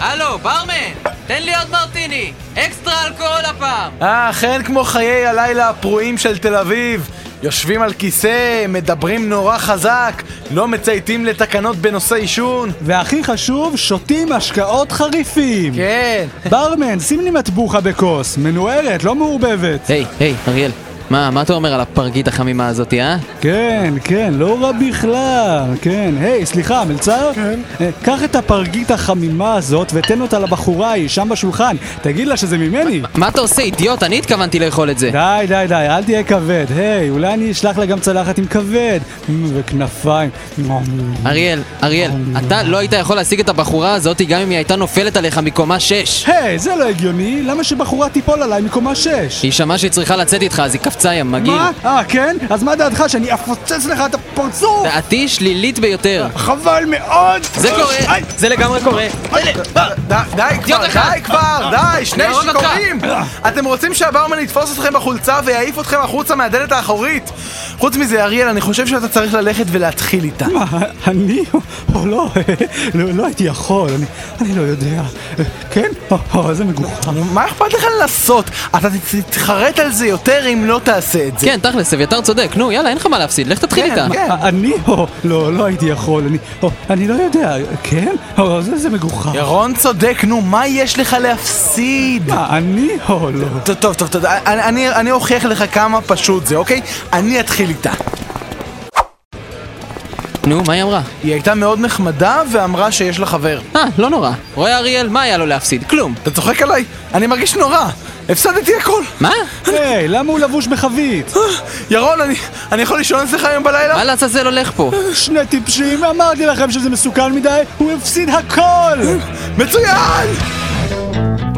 הלו, ברמן! תן לי עוד מרטיני! אקסטרה אלכוהול הפעם! אה, אכן כמו חיי הלילה הפרועים של תל אביב. יושבים על כיסא, מדברים נורא חזק, לא מצייתים לתקנות בנושא עישון. והכי חשוב, שותים משקאות חריפים. כן. ברמן, שים לי מטבוחה בכוס, מנוערת, לא מעורבבת. היי, היי, אריאל, מה, מה אתה אומר על הפרגית החמימה הזאת, אה? כן, כן, לא רע בכלל, כן. היי, סליחה, מלצר? כן. קח את הפרגית החמימה הזאת ותן אותה לבחורה ההיא, שם בשולחן. תגיד לה שזה ממני. מה אתה עושה, אידיוט? אני התכוונתי לאכול את זה. די, די, די, אל תהיה כבד. היי, אולי אני אשלח לה גם צלחת עם כבד. מ, וכנפיים. אריאל, אריאל, אתה לא היית יכול להשיג את הבחורה הזאת גם אם היא הייתה נופלת עליך מקומה 6. היי, זה לא הגיוני, למה שבחורה תיפול עליי מקומה 6? היא שמעה שהיא צריכה לצאת איתך, אז היא קפצה יא מגעיל. מה? אה, כן? אז מה דעתך, שאני אפוצץ לך את הפרצוף? דעתי שלילית ביותר. חבל מאוד! אה, זה קורה, איי, זה לגמרי קורה. די די כבר, אידיוט אחד. די כבר, די, שני אני אהרוג אותך. שיכורים! אתם רוצים שהברמן יתפוס אתכם בחולצה ויעיף אתכם החוצה מהדלת האחורית? חוץ מזה, אריאל, אני חושב שאתה צריך ללכת ולהתחיל איתה. מה, אני? או לא, לא, לא הייתי יכול, אני, אני לא יודע. כן? או, איזה מגוחך. מה אכפת לך לנסות? אתה ת- תתחרט על זה יותר אם לא תעשה את זה. כן, תכלס, אביתר צודק. נו, יאללה, אין לך מה להפסיד, לך תתחיל כן, איתה. מה- אה, אני? או, לא, לא הייתי יכול, אני, או, אני לא יודע, כן? או, זה, זה מגוחך. ירון צודק, נו, מה יש לך להפסיד? מה, אני? או, לא. טוב, טוב, טוב, טוב, אני, אני, אני אוכיח לך כמה פשוט זה, אוקיי? אני אתחיל איתה. נו, מה היא אמרה? היא הייתה מאוד נחמדה ואמרה שיש לה חבר. אה, לא נורא. רואה אריאל, מה היה לו להפסיד? כלום. אתה צוחק עליי? אני מרגיש נורא. הפסדתי הכל. אה, מה? היי, למה הוא לבוש בחבית? ירון, אני, אני יכול לישון אצלך היום בלילה? מה לעזאזל הולך פה? שני טיפשים, אמרתי לכם שזה מסוכן מדי, הוא הפסיד הכל! מצוין!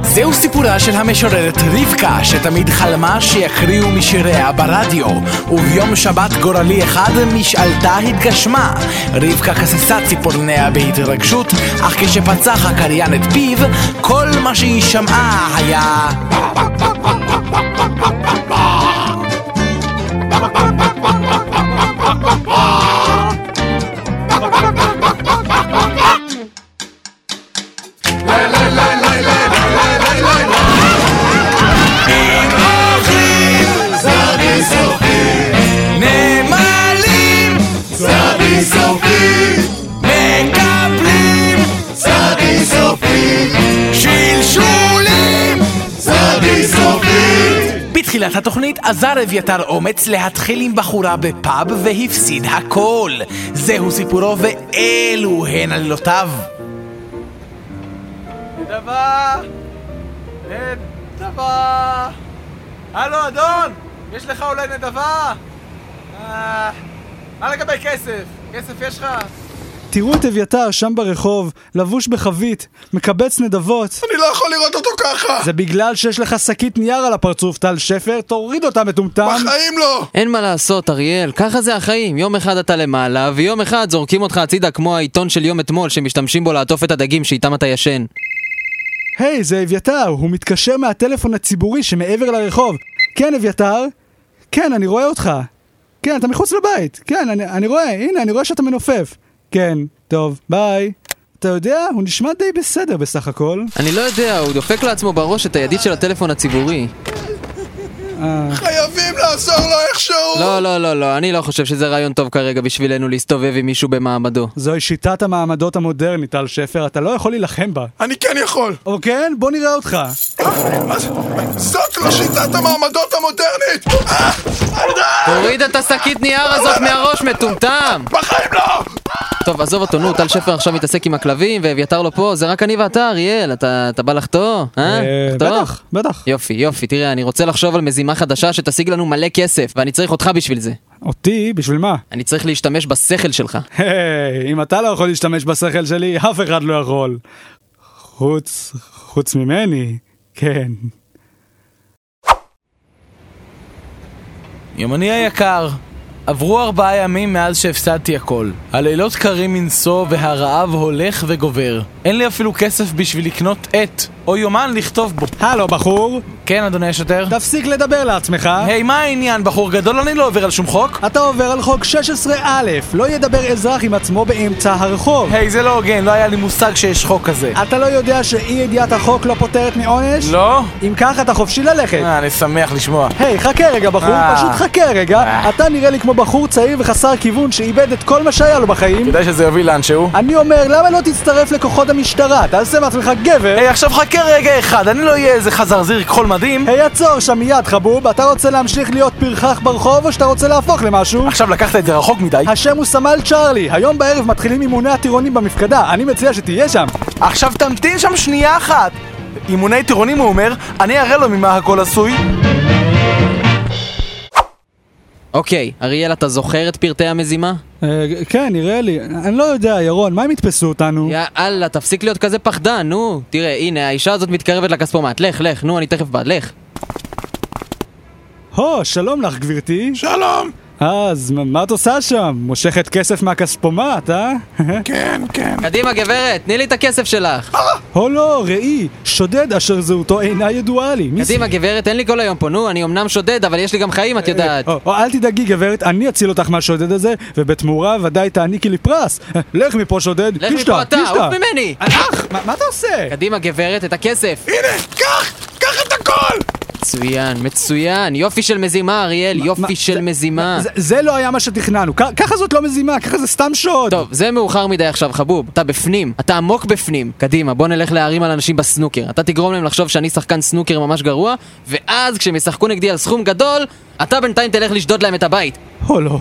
זהו סיפורה של המשוררת רבקה, שתמיד חלמה שיקריאו משיריה ברדיו, וביום שבת גורלי אחד משאלתה התגשמה. רבקה כססה ציפורניה בהתרגשות, אך כשפצח הקריין את פיו, כל מה שהיא שמעה היה... נמלים! סבי סופי, מקבלים! סבי סופי, שלשולים! סבי סופי. בתחילת התוכנית עזר אביתר אומץ להתחיל עם בחורה בפאב והפסיד הכל. זהו סיפורו ואלו הן עלילותיו. נדבה! נדבה! הלו, אדון! יש לך אולי נדבה? אה, מה לגבי כסף? כסף יש לך? תראו את אביתר שם ברחוב, לבוש בחבית, מקבץ נדבות. אני לא יכול לראות אותו ככה! זה בגלל שיש לך שקית נייר על הפרצוף, טל שפר, תוריד אותה מטומטם. בחיים לא! אין מה לעשות, אריאל, ככה זה החיים. יום אחד אתה למעלה, ויום אחד זורקים אותך הצידה כמו העיתון של יום אתמול שמשתמשים בו לעטוף את הדגים שאיתם אתה ישן. היי, זה אביתר, הוא מתקשר מהטלפון הציבורי שמעבר לרחוב. כן, אביתר? כן, אני רואה אותך. כן, אתה מחוץ לבית. כן, אני, אני רואה, הנה, אני רואה שאתה מנופף. כן, טוב, ביי. אתה יודע, הוא נשמע די בסדר בסך הכל. אני לא יודע, הוא דופק לעצמו בראש את הידית של הטלפון הציבורי. חייבים לעזור לו איכשהו! לא, לא, לא, לא, אני לא חושב שזה רעיון טוב כרגע בשבילנו להסתובב עם מישהו במעמדו. זוהי שיטת המעמדות המודרנית, טל שפר, אתה לא יכול להילחם בה. אני כן יכול! או כן? בוא נראה אותך. אז- זאת לא שיטת המעמדות המודרנית! אה, תוריד את השקית נייר הזאת מהראש, מטומטם! בחיים לא! טוב, עזוב אותו, נו, טל שפר עכשיו מתעסק עם הכלבים, ואביתר לא פה, זה רק אני ואתה, אריאל, אתה אתה בא לחטוא? אה? אה, לחטוא? בטח, בטח. יופי, יופי, תראה, אני רוצה לחשוב על מזימה חדשה שתשיג לנו מלא כסף, ואני צריך אותך בשביל זה. אותי? בשביל מה? אני צריך להשתמש בשכל שלך. היי, אם אתה לא יכול להשתמש בשכל שלי, אף אחד לא יכול. חוץ, חוץ ממני, כן. יומני היקר, עברו ארבעה ימים מאז שהפסדתי הכל. הלילות קרים מנשוא והרעב הולך וגובר. אין לי אפילו כסף בשביל לקנות עט או יומן לכתוב בו. הלו, בחור, כן, אדוני השוטר? תפסיק לדבר לעצמך. היי, מה העניין, בחור גדול? אני לא עובר על שום חוק. אתה עובר על חוק 16א, לא ידבר אזרח עם עצמו באמצע הרחוב. היי, זה לא הוגן, לא היה לי מושג שיש חוק כזה. אתה לא יודע שאי ידיעת החוק לא פוטרת מעונש? לא? אם כך, אתה חופשי ללכת. אה, אני שמח לשמוע. היי, חכה רגע, בחור, אה. פשוט חכה רגע. אה. אתה נראה לי כמו בחור צעיר וחסר כיוון שאיבד את כל מה שהיה לו בחיים. כדאי שזה יוביל לאן שהוא. אני אומר, למה לא תצטרף לכוחות המשטרה? תעשה מעצמך גבר. היי, עכשיו חכה רגע אחד, אני לא אהיה איזה חזרזיר כחול מדהים. היי, עצור שם מיד, חבוב. אתה רוצה להמשיך להיות פרחח ברחוב, או שאתה רוצה להפוך למשהו? עכשיו לקחת את זה רחוק מדי. השם הוא סמל צ'ארלי. היום בערב מתחילים אימוני הטירונים במפקדה. אני מציע שתהיה שם. עכשיו תמתין שם שנייה אחת! אימוני טירונים הוא אומר, אני אראה לו ממה הכל עשוי. אוקיי, אריאל, אתה זוכר את פרטי המזימה? אה, כן, נראה לי. אני לא יודע, ירון, מה הם יתפסו אותנו? יאללה, תפסיק להיות כזה פחדן, נו. תראה, הנה, האישה הזאת מתקרבת לכספומט. לך, לך, נו, אני תכף בא, לך. הו, שלום לך, גברתי. שלום! אז מה- מה את עושה שם? מושכת כסף מהכספומט, אה? כן, כן. קדימה, גברת, תני לי את הכסף שלך. הו לא, ראי, שודד אשר זהותו אינה ידועה לי. מי זה? קדימה, גברת, אין לי כל היום פה, נו, אני אמנם שודד, אבל יש לי גם חיים, אה, את יודעת. או, או, אל תדאגי גברת, אני אציל אותך מהשודד הזה, ובתמורה ודאי תעניקי לי פרס. לך מפה שודד, לך קישטה, מפה אתה, קישטה. עוף ממני! אח, מה- מה אתה עושה? קדימה, גברת, את הכסף. הנה, קח! קח את הכל! מצוין, מצוין. יופי של מזימה, אריאל, מה- יופי של זה- מזימה. זה- זה לא היה מה שתכננו, כ- ככה זאת לא מזימה, ככה זה סתם שוד. טוב, זה מאוחר מדי עכשיו, חבוב. אתה בפנים, אתה עמוק בפנים. קדימה, בוא נלך להרים על אנשים בסנוקר. אתה תגרום להם לחשוב שאני שחקן סנוקר ממש גרוע, ואז כשהם ישחקו נגדי על סכום גדול, אתה בינתיים תלך לשדוד להם את הבית. או לא.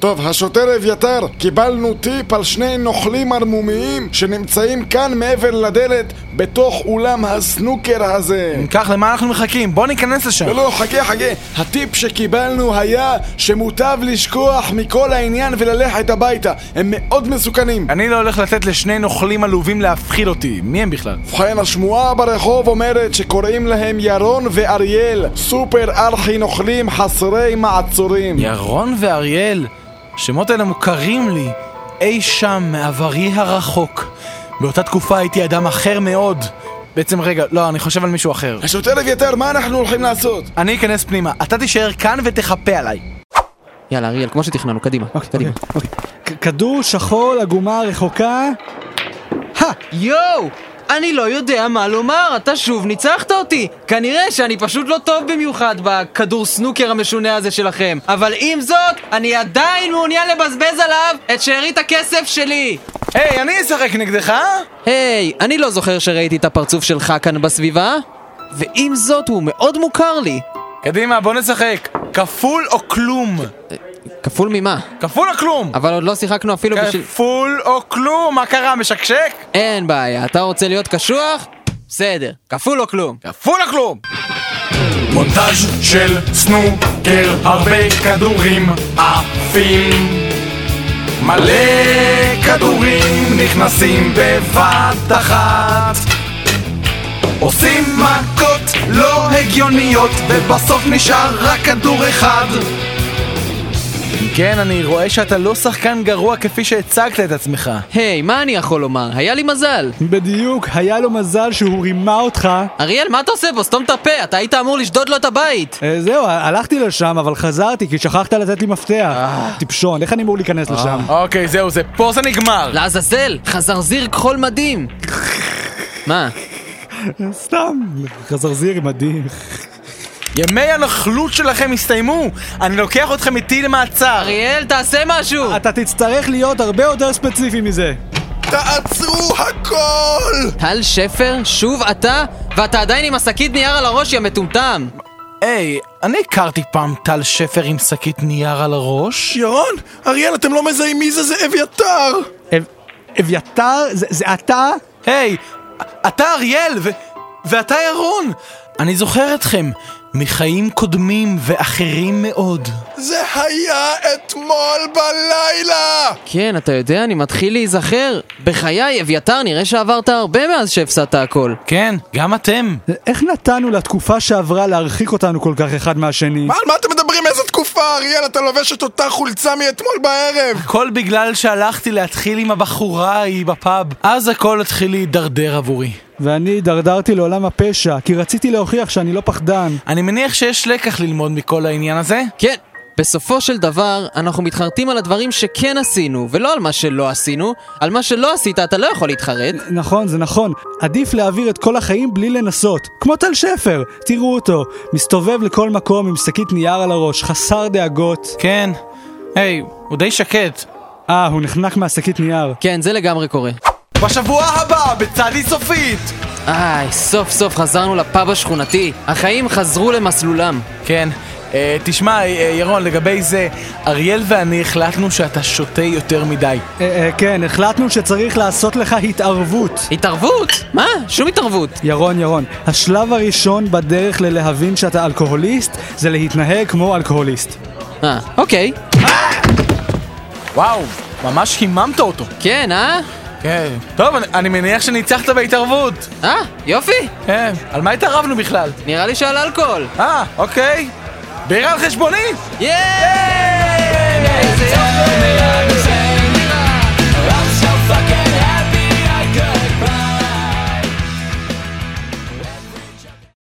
טוב, השוטר אביתר, קיבלנו טיפ על שני נוכלים ערמומיים שנמצאים כאן מעבר לדלת, בתוך אולם הסנוקר הזה. אם כך, למה אנחנו מחכים? בוא ניכנס לשם. לא, לא, חכה, חכה. הטיפ שקיבלנו היה שמוטב לשכוח מכל העניין וללכת הביתה. הם מאוד מסוכנים. אני לא הולך לתת לשני נוכלים עלובים להפחיד אותי. מי הם בכלל? ובכן, השמועה ברחוב אומרת שקוראים להם ירון ואריאל, סופר ארכי נוכלים חסרי מעצורים. ירון ואריאל, השמות האלה מוכרים לי אי שם מעברי הרחוק. באותה תקופה הייתי אדם אחר מאוד. בעצם רגע, לא, אני חושב על מישהו אחר. השוטר אביתר, מה אנחנו הולכים לעשות? אני אכנס פנימה, אתה תישאר כאן ותחפה עליי. יאללה, אריאל, כמו שתכננו, קדימה, קדימה. אוקיי. כ- כדור שחור, עגומה רחוקה. יואו! אני לא יודע מה לומר, אתה שוב ניצחת אותי! כנראה שאני פשוט לא טוב במיוחד בכדור סנוקר המשונה הזה שלכם. אבל עם זאת, אני עדיין מעוניין לבזבז עליו את שארית הכסף שלי! היי, אני אשחק נגדך, אה? היי, אני לא זוכר שראיתי את הפרצוף שלך כאן בסביבה, ועם זאת הוא מאוד מוכר לי. קדימה, בוא נשחק. כפול או כלום? כפול ממה? כפול או כלום? אבל עוד לא שיחקנו אפילו בשביל... כפול או כלום? מה קרה, משקשק? אין בעיה, אתה רוצה להיות קשוח? בסדר, כפול או כלום. כפול או כלום? מונטאז' של סנוקר, הרבה כדורים עפים. מלא כדורים נכנסים בבת אחת. עושים מכות לא הגיוניות, ובסוף נשאר רק כדור אחד. כן, אני רואה שאתה לא שחקן גרוע כפי שהצגת את עצמך. היי, מה אני יכול לומר? היה לי מזל. בדיוק, היה לו מזל שהוא רימה אותך. אריאל, מה אתה עושה פה? סתום את הפה, אתה היית אמור לשדוד לו את הבית! אה, זהו, הלכתי לשם, אבל חזרתי, כי שכחת לתת לי מפתח. טיפשון, איך אני אמור להיכנס לשם? אוקיי, זהו זה, פה זה נגמר. לעזאזל, חזרזיר כחול מדהים! מה? אה, סתם, חזרזיר מדהים. ימי הנוכלות שלכם הסתיימו! אני לוקח אתכם איתי למעצר! אריאל, תעשה משהו! אתה תצטרך להיות הרבה יותר ספציפי מזה. תעצרו הכל! טל שפר, שוב אתה? ואתה עדיין עם השקית נייר על הראש, יא מטומטם! היי, אני הכרתי פעם טל שפר עם שקית נייר על הראש? ירון, אריאל, אתם לא מזהים מי זה זה אביתר! אב- אביתר, זה זה אתה? היי, אתה אריאל ו... ואתה ירון! אני זוכר אתכם מחיים קודמים ואחרים מאוד. זה היה אתמול בלילה! כן, אתה יודע, אני מתחיל להיזכר. בחיי, אביתר, נראה שעברת הרבה מאז שהפסדת הכל. כן, גם אתם. אה, איך נתנו לתקופה שעברה להרחיק אותנו כל כך אחד מהשני? מה, על מה אתם מדברים? איזה תקופה, אריאל? אתה לובש את אותה חולצה מאתמול בערב! הכל בגלל שהלכתי להתחיל עם הבחורה ההיא בפאב. אז הכל התחיל להידרדר עבורי. ואני הידרדרתי לעולם הפשע, כי רציתי להוכיח שאני לא פחדן. אני מניח שיש לקח ללמוד מכל העניין הזה. כן, בסופו של דבר, אנחנו מתחרטים על הדברים שכן עשינו, ולא על מה שלא עשינו. על מה שלא עשית אתה לא יכול להתחרט. נכון, זה נכון. עדיף להעביר את כל החיים בלי לנסות. כמו טל שפר, תראו אותו. מסתובב לכל מקום עם שקית נייר על הראש, חסר דאגות. כן. היי, הוא די שקט. אה, הוא נחנק מהשקית נייר. כן, זה לגמרי קורה. בשבוע הבא, בצעדי סופית! איי, סוף סוף חזרנו לפאב השכונתי. החיים חזרו למסלולם. כן. אה, תשמע, אה, ירון, לגבי זה, אריאל ואני החלטנו שאתה שותה יותר מדי. אה, אה, כן, החלטנו שצריך לעשות לך התערבות. התערבות? מה? שום התערבות. ירון, ירון, השלב הראשון בדרך ללהבין שאתה אלכוהוליסט זה להתנהג כמו אלכוהוליסט. אה, אוקיי. וואו, ממש היממת אותו. כן, אה? כן. טוב, אני, אני מניח שניצחת בהתערבות. אה, יופי. כן. על מה התערבנו בכלל? נראה לי שעל אלכוהול. אה, אוקיי. בירה על חשבוני? יאיי!